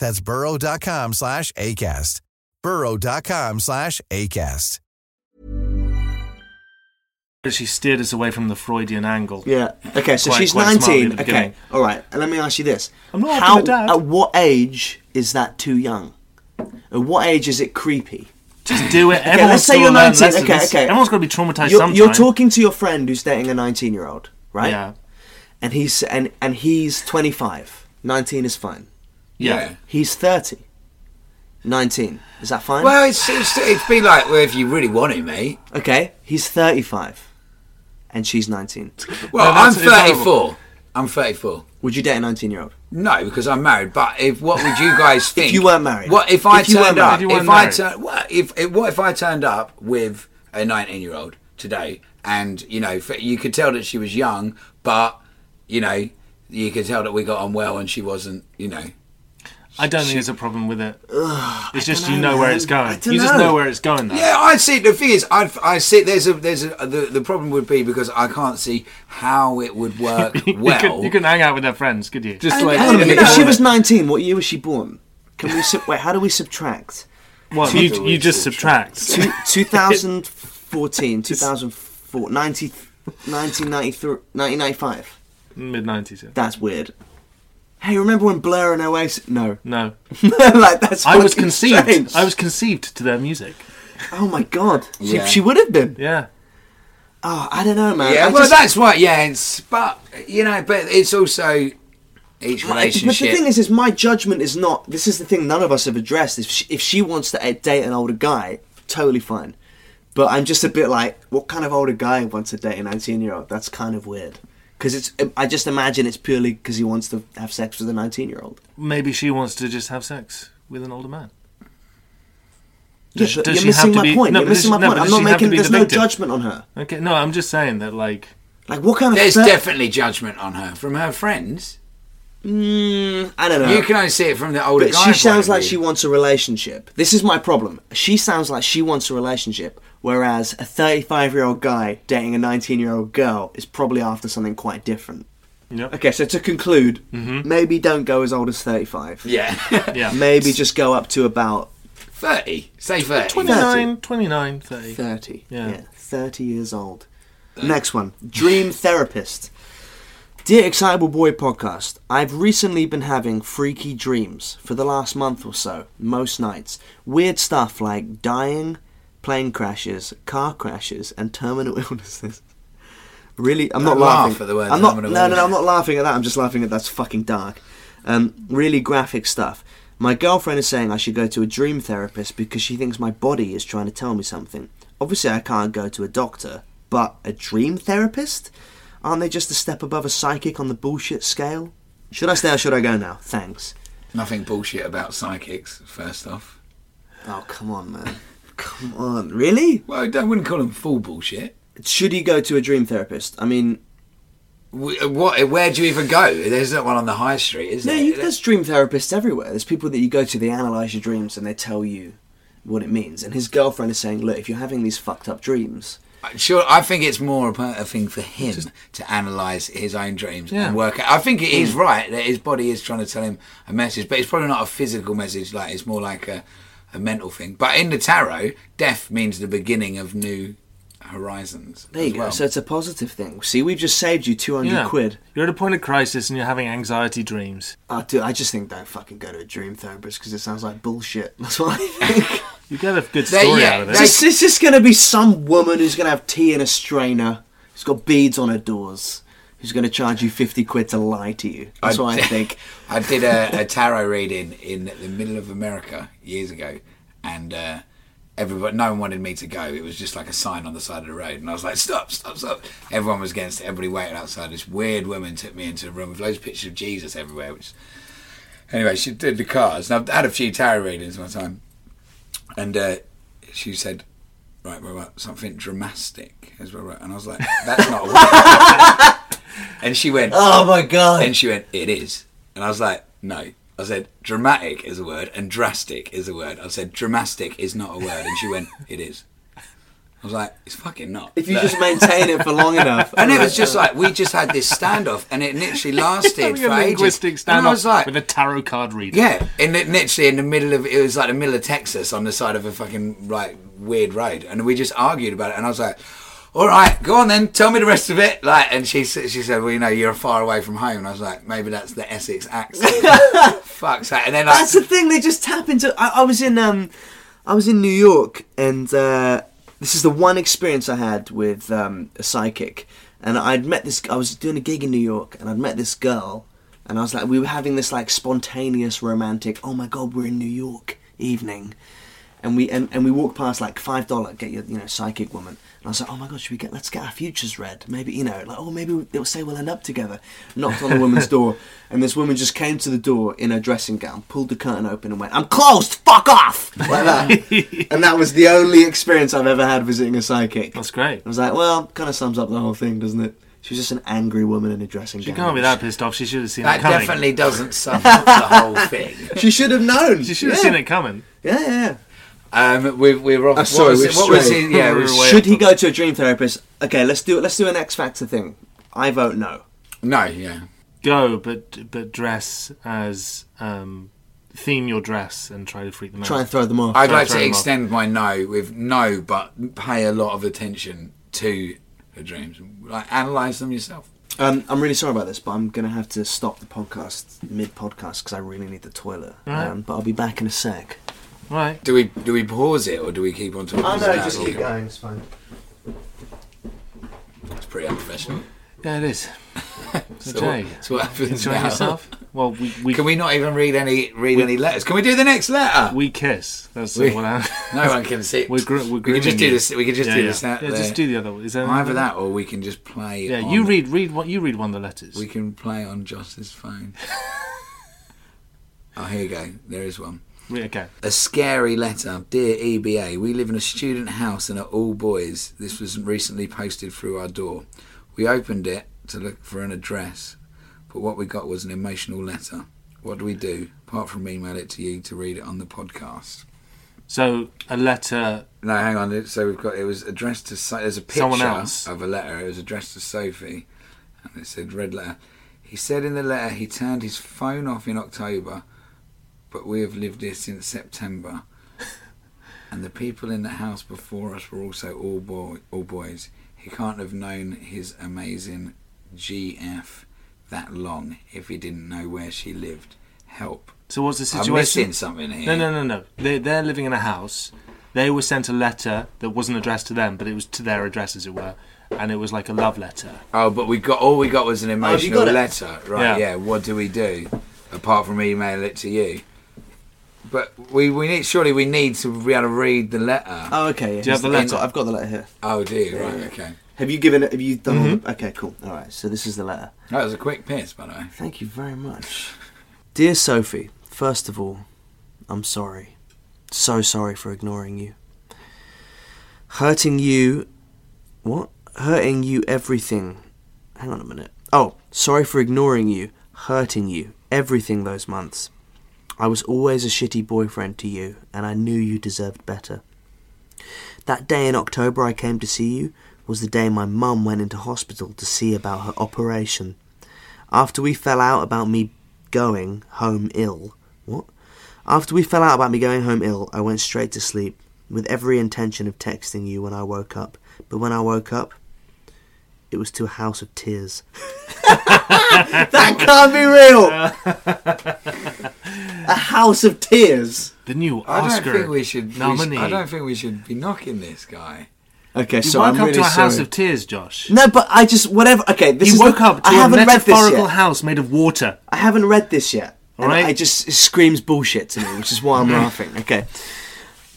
S5: That's burrow.com slash ACAST. burrow.com slash ACAST.
S2: she steered us away from the Freudian angle.
S1: Yeah. Okay, so
S2: Quite-
S1: she's
S2: quite smartly
S1: 19.
S2: at the
S1: Okay.
S2: beginning.
S1: All right. And let me ask you this.
S2: I'm not
S1: How,
S2: often a dad.
S1: At what age is that too young? At what age is it creepy?
S2: Just do it. Everyone's
S1: let's say
S2: gotta
S1: you're
S2: learn
S1: 19,
S2: lessons.
S1: okay, okay.
S2: Everyone's got to be traumatized
S1: You're,
S2: sometime.
S1: you're talking to your friend who's dating a 19 year old, right?
S2: Yeah.
S1: And he's and and he's 25. 19 is fine.
S2: Yeah.
S3: Yeah.
S1: He's 30. 19. Is that fine?
S3: Well, it's, it's it'd be like well, if you really wanted me.
S1: okay. He's 35. And she's 19.
S3: Well,
S2: No,
S3: I'm
S2: that's- it's horrible.
S3: 34. I'm 34.
S1: Would you date a 19 year old?
S3: No, because I'm married. But if what would you guys think?
S1: you weren't married.
S3: What if I
S1: If you weren't
S3: turned
S1: married.
S3: up?
S1: If
S2: you
S3: If,
S2: weren't
S3: I
S2: married.
S3: turned what if, if what if I turned up with a 19 year old today, and you know f- you could tell that she was young, but you know you could tell that we got on well, and she wasn't. You know,
S2: I don't think there's a problem with it. it's just
S1: don't
S2: you
S1: know,
S2: know where
S1: man.
S2: it's
S1: I
S2: going.
S1: don't
S2: You just
S1: know.
S2: know where it's going. Though.
S3: yeah, I see. The thing is, I, I see. There's a there's a the, the problem would be because I can't see how it would work
S2: you,
S3: well.
S2: could, you couldn't hang out with their friends, could you? Just
S3: like-
S1: Hang on a
S3: You
S1: minute.
S3: know-
S1: If she was 19, what year was she born? Can we sub- wait? How do we subtract?
S2: what you, you just subtract.
S1: Two, 2014, 2004, 90, 1993, 1995.
S2: Mid nineties.
S1: That's weird. Hey, remember when Blur and Oasis? No,
S2: No,
S1: like that's.
S2: I was
S1: fucking
S2: conceived.
S1: strange.
S2: I was conceived to their music.
S1: Oh my god, she,
S3: Yeah.
S1: she would have been.
S2: Yeah.
S1: Oh, I don't know,
S2: uh,
S1: man.
S3: yeah,
S1: I
S3: well,
S1: just-
S3: that's what. Yeah, it's but you know, but it's also each
S1: But
S3: relationship.
S1: the thing is, is my judgment is not. This is the thing none of us have addressed. If she, if she wants to uh, date an older guy, totally fine. But I'm just a bit like, what kind of older guy wants to date a 19 year old? That's kind of weird. Because it's, um, I just imagine it's purely because he wants to have sex with a 19 year old.
S2: Maybe she wants to just have sex with an older man. Does-
S1: Yeah, but
S2: does
S1: you're
S2: she
S1: missing
S2: have to
S1: my
S2: be-
S1: point.
S2: no,
S1: you're
S2: but does
S1: missing
S2: she-
S1: my
S2: no,
S1: point.
S2: but
S1: I'm
S2: does
S1: not
S2: she have to
S1: making.
S2: be
S1: There's
S2: the
S1: no
S2: victim?
S1: judgment on her.
S2: Okay. No, I'm just saying that like
S1: Like what kind of?
S3: There's
S1: fir-
S3: definitely judgment on her from her friends.
S1: Mm, I don't know.
S3: You can only see it from the older
S1: But
S3: guy.
S1: she
S3: point
S1: sounds
S3: of
S1: like
S3: view.
S1: she wants a relationship. This is my problem. She sounds like she wants a relationship, whereas a 35 year old guy dating a 19 year old girl is probably after something quite different.
S2: Yep.
S1: Okay, so to conclude, maybe don't go as old as 35.
S3: Yeah,
S2: yeah.
S1: Maybe just go up to about
S3: thirty. Say thirty.
S2: 29, 29, 30.
S1: 30.
S2: Yeah.
S1: 30 years old. Next one Dream Therapist. Dear Excitable Boy podcast, I've recently been having freaky dreams for the last month or so, most nights. Weird stuff like dying, plane crashes, car crashes, and terminal illnesses. Really, I'm not
S3: Don't laugh
S1: laughing
S3: at the word
S1: I'm not.
S3: terminal
S1: No, no, no,
S3: illness.
S1: I'm not laughing at that. I'm just laughing at that's fucking dark. Um, really graphic stuff. My girlfriend is saying I should go to a dream therapist because she thinks my body is trying to tell me something. Obviously, I can't go to a doctor, but a dream therapist? Aren't they just a step above a psychic on the bullshit scale? Should I stay or should I go now? Thanks.
S3: Nothing bullshit about psychics, first off.
S1: Oh, come on, man. Come on. Really?
S3: Well, I don't- wouldn't call them full bullshit.
S1: Should he go to a dream therapist? I mean,
S3: Wh- uh, What? Where do you even go? There's not one on the high street, is
S1: No,
S3: there?
S1: you, there's dream therapists everywhere. There's people that you go to, they analyse your dreams and they tell you what it means. And his girlfriend is saying, look, if you're having these fucked up dreams,
S3: Sure, I think it's more of a a thing for him to analyse his own dreams
S2: Yeah.
S3: and work out. I think it
S1: Hmm.
S3: is right that his body is trying to tell him a message, but it's probably not a physical message. Like it's more like a, a mental thing. But in the tarot, death means the beginning of new horizons.
S1: there you
S3: as
S1: go.
S3: well.
S1: So it's a positive thing. See, we've just saved you 200
S2: Yeah.
S1: quid.
S2: You're at a point of crisis and you're having anxiety dreams.
S1: Oh, dude, I just think don't fucking go to a dream therapist because it sounds like bullshit. That's what I think.
S2: You get a good
S3: They-
S2: story
S3: yeah,
S2: out of
S3: they-
S1: it's,
S2: this.
S1: it's just going to be some woman who's going to have tea in a strainer, who's got beads on her doors, who's going to charge you 50 quid to lie to you. That's what I
S3: did-
S1: think.
S3: I did a, a tarot reading in the middle of America years ago, and uh, everybody, no one wanted me to go. It was just like a sign on the side of the road, and I was like, "Stop, stop, stop!" Everyone was against it. Everybody waited outside. This weird woman took me into a room with loads of pictures of Jesus everywhere. Which, anyway, she did the cards, and I've had a few tarot readings one time, and uh, she said. Right, right, right, something dramatic as well, right. And I was like, "That's not." a word. and she went,
S1: Oh my god.
S3: and she went, "It is." And I was like, "No." I said, "Dramatic is a word, and drastic is a word." I said, "Dramatic is not a word," and she went, "It is." I was like, "It's fucking not."
S1: if you
S3: Like-
S1: just maintain it for long enough.
S3: and it was just like we just had this standoff, and it literally lasted
S2: Having a
S3: for ages.
S2: linguistic
S3: and I was
S2: standoff
S3: like,
S2: with a tarot card reader.
S3: yeah, and it literally in the middle of it was like the middle of Texas on the side of a fucking like weird road, and we just argued about it. And I was like, "All right, go on then, tell me the rest of it." Like, and she s- she said, "Well, you know, you're far away from home." And I was like, "Maybe that's the Essex accent." Fuck's sake. And then like,
S1: That's the thing. They just tap into. I, I was in um, I was in New York, and uh, this is the one experience I had with um, a psychic. And I'd met this. I was doing a gig in New York, and I'd met this girl, and I was like, we were having this like spontaneous romantic. Oh my god, we're in New York evening. And we and, and we walked past like five dollar get your you know psychic woman and I was like oh my god should we get let's get our futures read maybe you know like oh maybe they'll say we'll end up together knocked on the woman's door and this woman just came to the door in her dressing gown pulled the curtain open and went I'm closed fuck off like that and that was the only experience I've ever had visiting a psychic
S2: That's great.
S1: I was like well kind of sums up the whole thing doesn't it she was just an angry woman in a dressing
S2: She
S1: gown
S2: can't be that pissed off. She should have seen
S3: that
S2: it coming.
S3: definitely doesn't sum up the whole thing.
S1: she should have known
S2: She should have
S1: yeah.
S2: seen it coming.
S1: yeah yeah, yeah.
S3: Um, we, we were off.
S1: Oh, sorry,
S3: what was
S1: we've
S3: it? What was
S1: strayed.
S3: it? Yeah, we
S2: We're way
S1: Should
S2: off
S1: he
S2: topic.
S1: go to a dream therapist? Okay, let's do let's do an X Factor thing. I vote no.
S3: no, yeah.
S2: Go, but but dress as um, theme your dress and try to freak them out.
S1: Try and throw them off.
S3: I'd
S2: Sorry,
S3: like to
S2: sorry, Mark.
S3: extend my no with no, but pay a lot of attention to the dreams. Like analyze them yourself.
S1: um, I'm really sorry about this, but I'm gonna have to stop the podcast mid podcast because I really need the toilet.
S2: Alright.
S1: Um, but I'll be back in a sec.
S2: Right.
S3: Do we do we pause it or do we keep on talking?
S1: Oh,
S3: about it?
S1: It's fine.
S3: It's pretty unprofessional.
S2: Yeah, it is. So,
S3: So
S2: Jay,
S3: what, so what happens
S2: enjoying
S3: now?
S2: yourself? Well, we we,
S3: Can we not even read any read any letters? Can we do the next letter?
S2: we kiss. That's
S3: We-
S2: what I.
S3: no one can see.
S2: We're, gr-
S3: we
S2: we're
S3: can just
S2: grooming
S3: do
S2: you.
S3: this. We can just
S2: yeah,
S3: do
S2: yeah.
S3: this. That,
S2: Yeah,
S3: there.
S2: just do the other. Is there
S3: either
S2: another-
S3: that or we can just play.
S2: Yeah,
S3: on-
S2: you read read what you read one of the letters.
S3: We can play on Joss's phone. oh, here you go. There is one.
S2: Re- okay.
S3: A scary letter. Dear EBA, we live in a student house and are all boys. This was recently posted through our door. We opened it to look for an address, but what we got was an emotional letter. What do we do? Apart from email it to you to read it on the podcast.
S2: So a letter.
S3: No, hang on. So we've got it was addressed to so- there's a picture
S2: Someone else.
S3: of a letter. It was addressed to Sophie, and it said red letter. He said in the letter he turned his phone off in October, but we have lived here since September. and the people in the house before us were also all boy, all boys. He can't have known his amazing GF that long if he didn't know where she lived. Help!
S2: So what's the
S3: I'm
S2: situation?
S3: missing something here.
S2: No, no, no, no. They they're living in a house. They were sent a letter that wasn't addressed to them, but it was to their address, as it were, and it was like a love letter.
S3: Oh, but we got all we got was an
S1: Oh, you
S3: emotional
S1: got it?
S3: letter, right? Yeah.
S2: Yeah.
S3: What do we do apart from email it to you? But we, we need surely we need to be able to read the letter.
S1: Oh, okay. Yeah.
S2: Do you have the letter?
S1: I've got the letter here.
S3: Oh dear, right, okay.
S1: Have you given it? Have you done
S3: Mm-hmm.
S1: all the. Okay, cool. All right, so this is the letter.
S3: That was a quick piss, by the way.
S1: Thank you very much. Dear Sophie, first of all, I'm sorry. So sorry for ignoring you. Hurting you. What? Hurting you everything. Hang on a minute. Oh, sorry for ignoring you. Hurting you everything those months. I was always a shitty boyfriend to you, and I knew you deserved better. That day in October I came to see you was the day my mum went into hospital to see about her operation. After we fell out about me going home ill, what? After we fell out about me going home ill, I went straight to sleep with every intention of texting you when I woke up. But when I woke up, it was to a house of tears. that can't be real. a house of tears.
S2: The new
S3: I don't
S2: Oscar
S3: think we should. we sh-
S2: nominee.
S3: I don't think we should be knocking this guy.
S1: Okay,
S2: you
S1: so
S2: woke
S1: I'm
S2: up
S1: really
S2: to a house
S1: sorry.
S2: of tears, Josh.
S1: No, but I just whatever. Okay, this
S2: you
S1: is
S2: woke
S1: the-
S2: up to
S1: I
S2: a
S1: haven't read this
S2: metaphorical
S1: yet.
S2: house made of water.
S1: I haven't read this yet.
S2: All
S1: and
S2: right.
S1: It just it screams bullshit to me, which is why I'm laughing. Okay.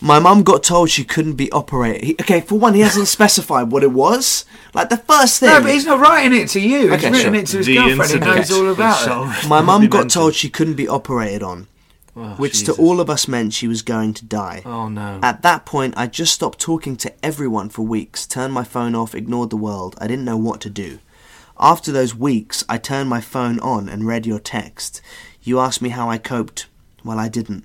S1: My mum got told she couldn't be operated. He- Okay, for one, he hasn't specified what it was. Like the first thing.
S3: No, but he's not writing it to you.
S1: Okay,
S3: he's
S1: sure.
S3: writing it to his
S2: the
S3: girlfriend who
S2: incident
S3: knows all
S2: which
S3: about
S2: shall
S3: it.
S1: My
S2: not
S1: mum
S2: be
S1: got
S2: mentioned.
S1: told she couldn't be operated on,
S2: Oh,
S1: which
S2: Jesus.
S1: to all Uh, of us meant she was going to die.
S2: Oh no.
S1: At that point, I just stopped talking to everyone for weeks, turned my phone off, ignored the world. I didn't know what to do. After those weeks, I turned my phone on and read your text. You asked me how I coped. Well, I didn't.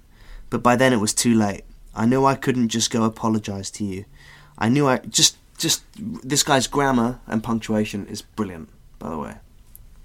S1: But by then it was too late. I knew I couldn't just go apologize to you. I knew I just just this guy's grammar and punctuation is brilliant, by the way.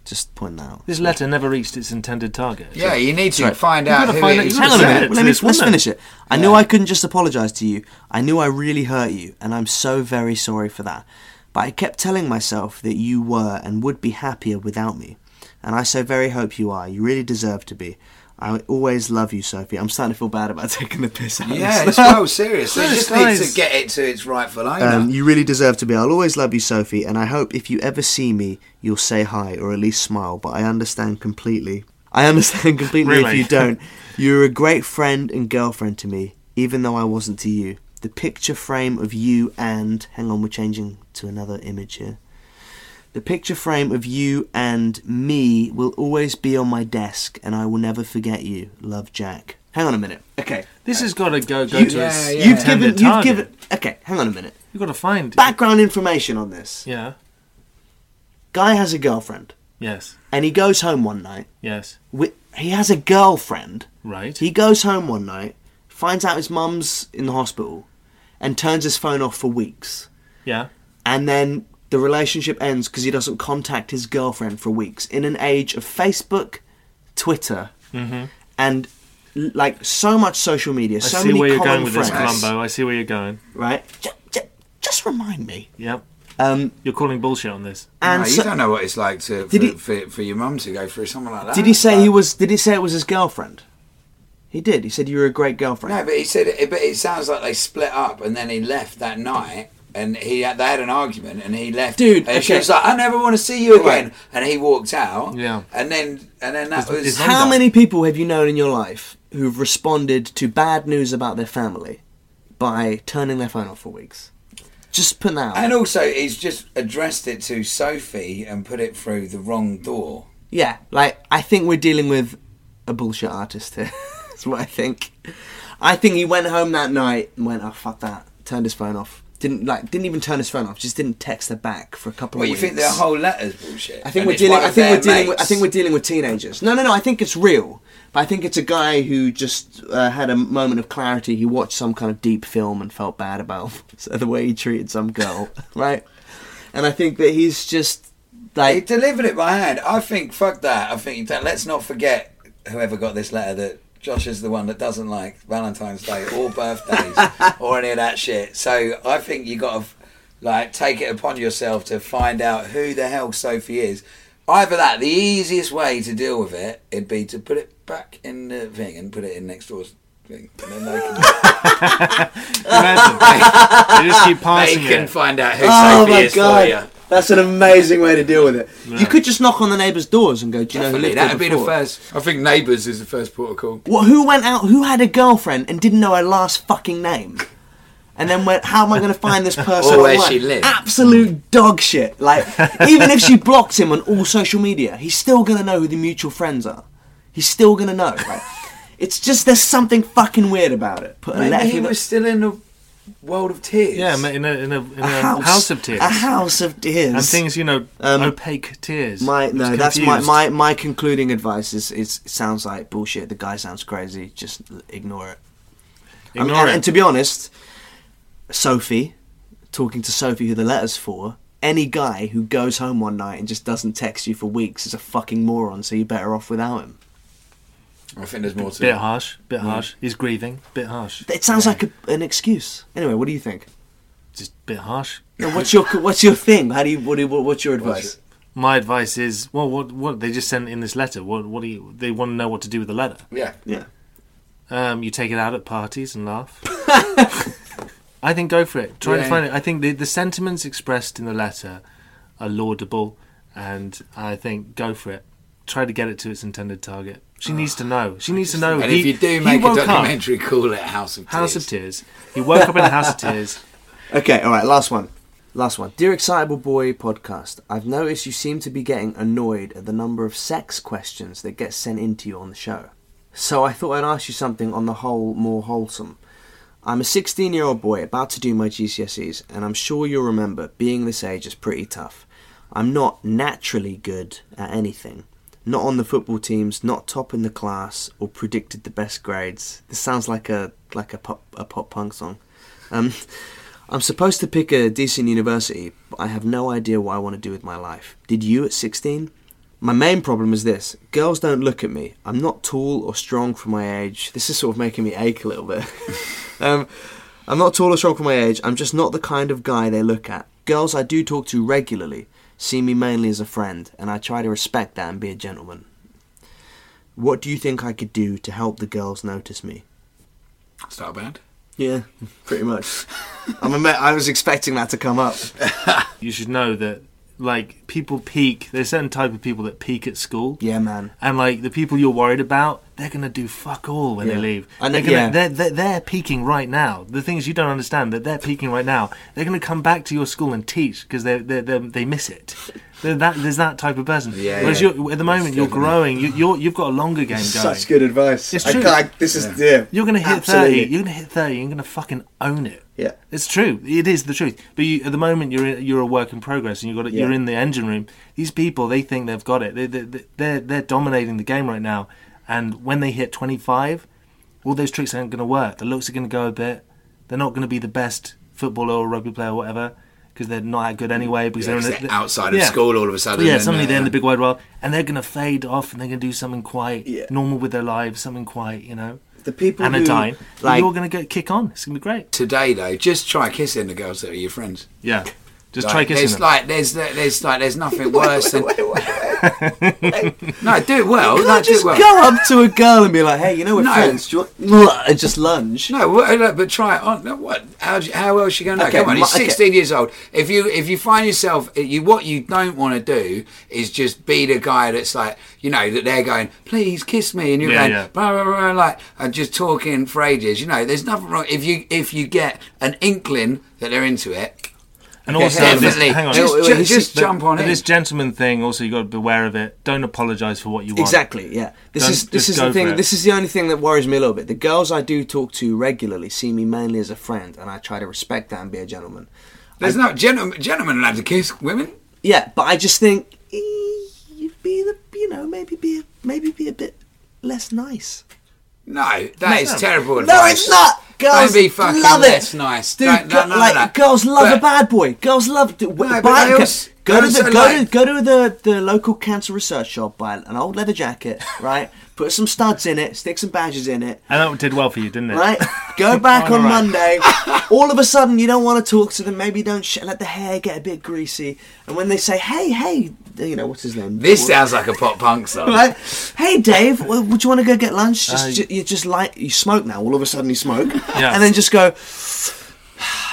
S1: Just point that out.
S2: This letter never reached its intended target.
S3: Yeah, you need to
S1: Right.
S3: find
S2: You've
S3: out
S2: gotta
S3: who
S2: find
S3: it
S2: out-
S3: is.
S2: hang
S1: Hang on a
S2: Send
S1: minute.
S2: it to
S1: Let me,
S2: this
S1: let's
S2: woman.
S1: finish it. I knew I couldn't just apologize to you. I knew I really hurt you, and I'm so very sorry for that. But I kept telling myself that you were and would be happier without me. And I so very hope you are. You really deserve to be. I always love you, Sophie. I'm starting to feel bad about taking the piss out
S3: Yeah,
S1: of this.
S3: it's well serious. They
S2: Yes,
S3: just need
S2: guys.
S3: to get it to its rightful owner.
S1: Um, you really deserve to be. I'll always love you, Sophie, and I hope if you ever see me, you'll say hi or at least smile. But I understand completely. I understand completely if
S2: Really?
S1: you don't. You're a great friend and girlfriend to me, even though I wasn't to you. The picture frame of you and. Hang on, we're changing to another image here. The picture frame of you and me will always be on my desk, and I will never forget you. Love, Jack. Hang on a minute. Okay.
S2: This has got to go go
S1: You,
S2: to its
S3: yeah.
S1: You've given.
S2: intended
S1: You've
S2: target.
S1: given. Okay. Hang on a minute
S2: You've got to find.
S1: background information on this.
S2: Yeah.
S1: Guy has a girlfriend,
S2: Yes.
S1: and he goes home one night.
S2: Yes.
S1: With, he has a girlfriend.
S2: Right.
S1: He goes home one night, finds out his mum's in the hospital, and turns his phone off for weeks.
S2: Yeah.
S1: And then the relationship ends because he doesn't contact his girlfriend for weeks. In an age of Facebook, Twitter, and l- like so much social media,
S2: Mm-hmm.
S1: so
S2: I see
S1: many
S2: where you're
S1: common
S2: going with this,
S1: friends,
S2: Columbo. I see where you're going.
S1: right? Ju- ju- Just remind me.
S2: Yep.
S1: Um,
S2: You're calling bullshit on this.
S1: and
S3: No, you
S1: so-
S3: don't know what it's like to for,
S1: Did he-
S3: for, for your mum to go through something like that.
S1: Did he say he
S3: Like-
S1: was? Did he say it was his girlfriend? He did. He said you were a great girlfriend.
S3: No, but he said. It, but it sounds like they split up, and then he left that night, and he had, they had an argument, and he left.
S1: Dude,
S3: and she
S1: okay.
S3: was like, "I never want to see you
S1: Right.
S3: again," and he walked out.
S2: Yeah.
S3: and then and then that was
S2: is that-
S1: How
S2: Remember.
S1: many people have you known in your life who've responded to bad news about their family by turning their phone off for weeks? Just put that out.
S3: And also, he's just addressed it to Sophie and put it through the wrong door.
S1: yeah, like I think we're dealing with a bullshit artist here. That's what I think. I think he went home that night and went, "Oh fuck that!" Turned his phone off. Didn't like. Didn't even turn his phone off. Just didn't text her back for a couple
S3: Well,
S1: of
S3: you
S1: weeks.
S3: think the whole letter's bullshit?
S1: I think
S3: and
S1: we're
S3: it's
S1: dealing.
S3: one
S1: I
S3: of
S1: think
S3: their
S1: we're dealing. With, I
S3: mates?
S1: think we're dealing with teenagers. No, no, no. I think it's real, but I think it's a guy who just uh, had a moment of clarity. He watched some kind of deep film and felt bad about the way he treated some girl, right? And I think that he's just
S3: He
S1: like
S3: delivered it by hand. I think fuck that. I think that, let's not forget whoever got this letter that Josh is the one that doesn't like Valentine's Day or birthdays or any of that shit. So I think you got to like take it upon yourself to find out who the hell Sophie is. Either that, the easiest way to deal with it, it'd be to put it back in the thing and put it in next door's thing, and then they can,
S2: Imagine. you just keep
S3: they
S2: passing
S3: can
S2: it.
S3: find out who
S1: Oh
S3: Sophie
S1: my
S3: is
S1: God.
S3: for you.
S1: That's an amazing way to deal with it. You could just knock on the neighbours' doors and go, "Do you know who
S3: Definitely,
S1: lived
S3: that'd
S1: here
S3: be the
S1: before?"
S3: first. I think neighbours is the first protocol.
S1: What, who went out? Who had a girlfriend and didn't know her last fucking name? And then went, how am I going to find this person?
S3: Or where
S1: online?"
S3: she lived.
S1: Absolute dog shit. Like, even if she blocked him on all social media, he's still going to know who the mutual friends are. He's still going to know. Like, it's just there's something fucking weird about it. Put a letter
S3: Maybe he
S1: through the-
S3: was still in the world of tears.
S2: Yeah, ma- in a, in a, in a,
S1: a
S2: house, of tears.
S1: A house of tears.
S2: And things, you know,
S1: Um,
S2: opaque tears.
S1: My
S2: It's
S1: no, that's my,
S2: confused.
S1: my my concluding advice is is sounds like bullshit. The guy sounds crazy. Just ignore it. I mean,
S2: Ignore
S1: and,
S2: it.
S1: and to be honest, Sophie, talking to Sophie, who the letter's for, any guy who goes home one night and just doesn't text you for weeks is a fucking moron. So you're better off without him.
S3: I think there's more to
S2: Bit
S3: it.
S2: harsh, bit
S1: Mm.
S2: harsh. He's grieving, bit harsh.
S1: It sounds like a, an excuse. Anyway, what do you think?
S2: Just bit harsh.
S1: Now, What's your what's your thing? How do you what, do you, what what's your advice?
S2: My advice is, well, what what they just sent in this letter. What what do you, they want to know what to do with the letter?
S3: Yeah.
S1: Yeah.
S2: Um, you take it out at parties and laugh. I think go for it. Try
S3: Yeah.
S2: to find it. I think the, the sentiments expressed in the letter are laudable, and I think go for it. Try to get it to its intended target. She needs to know. She needs to know.
S3: And
S2: He-
S3: if you
S2: he
S3: do make a
S2: woke up-
S3: documentary, call it House of
S2: House
S3: Tears.
S2: of Tears. He woke up in a House of Tears.
S1: Okay, all right, last one. Last one. Dear Excitable Boy podcast, I've noticed you seem to be getting annoyed at the number of sex questions that get sent in to you on the show. So I thought I'd ask you something on the whole more wholesome. I'm a 16 year old boy about to do my GCSEs, and I'm sure you'll remember being this age is pretty tough. I'm not naturally good at anything. Not on the football teams, not top in the class, or predicted the best grades. This sounds like a like a pop a pop punk song. Um, I'm supposed to pick a decent university, but I have no idea what I want to do with my life. Did you at 16? My main problem is this girls don't look at me. I'm not tall or strong for my age. This is sort of making me ache a little bit. um, I'm not tall or strong for my age. I'm just not the kind of guy they look at. Girls I do talk to regularly see me mainly as a friend, and I try to respect that and be a gentleman. What do you think I could do to help the girls notice me?
S3: Start a band.
S1: Yeah, pretty much. I'm ama- I was expecting that to come up.
S2: You should know that, like, people peak. There's a certain type of people that peak at school.
S1: Yeah, man.
S2: And like the people you're worried about, they're gonna do fuck all when
S1: Yeah.
S2: they leave.
S1: And
S2: they're,
S1: it-
S2: gonna,
S1: yeah.
S2: they're, they're they're peaking right now. The things you don't understand that they're peaking right now. They're gonna come back to your school and teach because they they they miss it. They're that, there's that type of person.
S3: Yeah,
S2: Whereas
S3: yeah.
S2: You're, at the moment you're growing. You, you're you've got a longer game going.
S1: good advice.
S2: It's true.
S1: this is yeah.
S2: You're gonna hit
S1: Absolutely.
S2: thirty. You're gonna hit thirty. You're gonna fucking own it.
S1: Yeah.
S2: it's true. It is the truth. But you, at the moment, you're in, you're a work in progress, and you got to, you're
S1: Yeah.
S2: in the engine room. These people, they think they've got it. They, they, they're they're dominating the game right now. And when they hit 25, all those tricks aren't gonna work. The looks are gonna go a bit. They're not gonna be the best footballer or rugby player or whatever because they're not that good anyway. Because
S3: Yeah,
S2: they're,
S3: 'cause
S2: in the,
S3: they're outside of school all of a sudden
S2: Yeah,
S3: and,
S2: suddenly
S3: uh,
S2: they're in the big wide world, and they're gonna fade off, and they're gonna do something quite
S1: Yeah.
S2: normal with their lives, something quite you know
S1: The people
S2: and a
S1: who,
S2: dime.
S1: like-
S2: you're going to get kick on. It's going to be great.
S3: Today though, just try kissing the girls that are your friends.
S2: Yeah. Just
S3: Like,
S2: try kissing
S3: there's
S2: them.
S3: like there's there's like there's nothing worse than no do it well
S1: Can
S3: no
S1: I
S3: do Oh, it
S1: just
S3: well
S1: go up to a girl and be like, "Hey, you know we're
S3: No.
S1: friends. Do you want?" And just lunge.
S3: No, well, no, but try it on. No, What? How? do you- How else you going to know?
S1: Okay,
S3: Come on, he's
S1: my- okay.
S3: sixteen years old. If you if you find yourself, eh, you what you don't want to do is just be the guy that's like, you know, that they're going, please kiss me, and you're
S2: Yeah,
S3: going,
S2: yeah.
S3: blah blah blah, like, and just talking for ages. You know, there's nothing wrong if you if you get an inkling that they're into it.
S2: and also, this,
S3: definitely.
S2: hang on.
S3: Just,
S1: Wait, wait,
S3: ju-
S1: he's-
S3: just
S2: But-
S3: jump on
S2: but
S3: it.
S2: This gentleman thing, also, you got to be aware of it. Don't apologise for what you want.
S1: Exactly. Yeah. This
S2: Don't
S1: is this
S2: just
S1: is
S2: go
S1: the
S2: for
S1: thing.
S2: it.
S1: This is the only thing that worries me a little bit. The girls I do talk to regularly see me mainly as a friend, and I try to respect that and be a gentleman.
S3: There's no gentlemen. Gentlemen allowed to kiss women.
S1: Yeah, but I just think eh, you'd be the you know maybe be a, maybe be a bit less nice.
S3: No, that is terrible advice.
S1: No, it's not. Girls
S3: Don't be fucking
S1: love it.
S3: less nice.
S1: dude.
S3: Don't-
S1: go-
S3: no, no,
S1: like
S3: no.
S1: girls love
S3: But-
S1: a bad boy. Girls love. To,
S3: No, but
S1: buy-
S3: they
S1: go-
S3: also-
S1: go to
S3: they
S1: the
S3: also
S1: go
S3: like-
S1: to go to the the local cancer research shop. Buy an old leather jacket, right? Put some studs in it. Stick some badges in it.
S2: And that did well for you, didn't it?
S1: Right, go back
S2: All
S1: on
S2: right.
S1: Monday. All of a sudden, you don't want to talk to them. Maybe you don't sh- let the hair get a bit greasy. And when they say, "Hey, hey," you know what's his name?
S3: This
S1: What-
S3: sounds like a pop punk song.
S1: Right? Hey, Dave, w- would you want to go get lunch? Just
S2: Uh,
S1: ju- you just like you smoke now. All of a sudden, you smoke,
S2: Yeah.
S1: and then just go.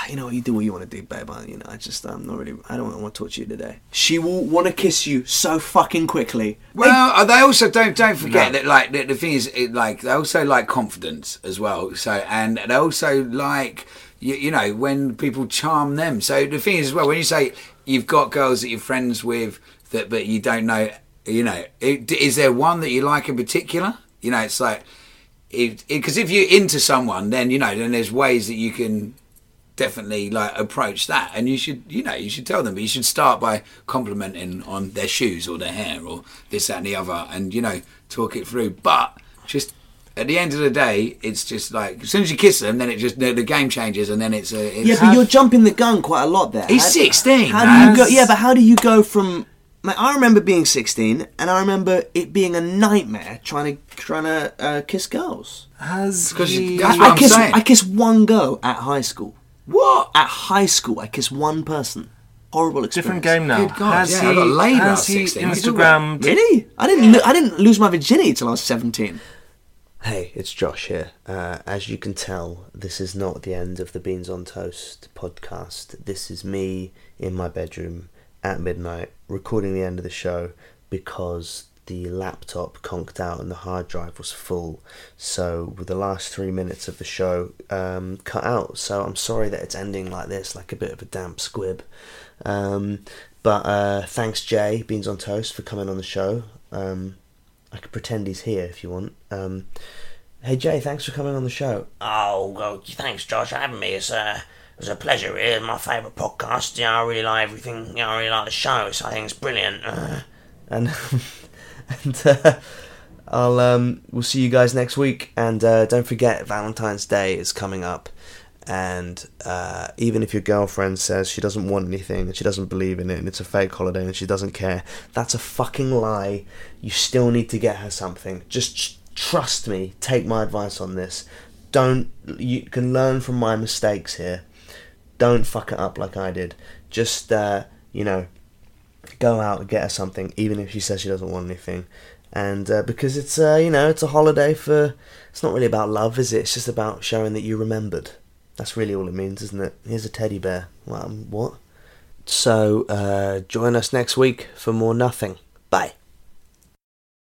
S1: you know, you do what you want to do, babe. I, you know, I just, I'm not really, I don't want to talk to you today. She will want to kiss you so fucking quickly.
S3: Well, uh, they also don't don't forget that like the, the thing is it, like they also like confidence as well. So and they also like you, you know when people charm them. So the thing is as well when you say you've got girls that you're friends with that but you don't know you know it, is there one that you like in particular? You know it's like because it, 'cause if you're into someone then you know then there's ways that you can definitely like approach that and you should you know you should tell them but you should start by complimenting on their shoes or their hair or this that and the other and you know talk it through but just at the end of the day it's just like as soon as you kiss them then it just the, the game changes and then it's a it's,
S1: Yeah, but you're jumping the gun quite a lot there.
S3: He's
S1: How-
S3: 16,
S1: How do you
S3: man.
S1: go? Yeah, but how do you go from? Like, I remember being 16, and I remember it being a nightmare trying to trying to uh, kiss girls.
S2: Has
S3: 'Cause you-
S2: he-
S3: that's
S1: I
S3: what I'm
S1: kissed
S3: saying.
S1: I kissed one girl at high school.
S3: what
S1: At high school, I kissed one person. Horrible experience.
S2: different game now.
S3: Good God,
S2: has
S3: yeah,
S2: he,
S3: I got laid when I
S2: has
S3: was
S2: he
S3: 16. What are you talking
S2: Instagrammed?
S1: Really? I didn't. lo- I didn't lose my virginity till I was 17. Hey, it's Josh here. Uh, as you can tell, this is not the end of the Beans on Toast podcast. This is me in my bedroom at midnight recording the end of the show because the laptop conked out and the hard drive was full. So, with the last three minutes of the show um, cut out. So, I'm sorry that it's ending like this, like a bit of a damp squib. Um, but uh, thanks, Jay, Beans on Toast, for coming on the show. Um, I could pretend he's here if you want. Um, hey, Jay, thanks for coming on the show.
S4: Oh, well, thanks, Josh, for having me. It's a, it's a pleasure. It is my favourite podcast. Yeah, I really like everything. Yeah, I really like the show, so I think it's brilliant. Uh,
S1: And, and uh, I'll um, we'll see you guys next week. And uh, don't forget, Valentine's Day is coming up. And uh, even if your girlfriend says she doesn't want anything and she doesn't believe in it and it's a fake holiday and she doesn't care, that's a fucking lie. You still need to get her something. Just tr- trust me. Take my advice on this. Don't you can learn from my mistakes here. Don't fuck it up like I did. Just uh, you know, go out and get her something, even if she says she doesn't want anything. And uh, because it's uh, you know it's a holiday for it's not really about love, is it? It's just about showing that you remembered. That's really all it means, isn't it? Here's a teddy bear. Well, um, what? So uh, join us next week for more nothing. Bye.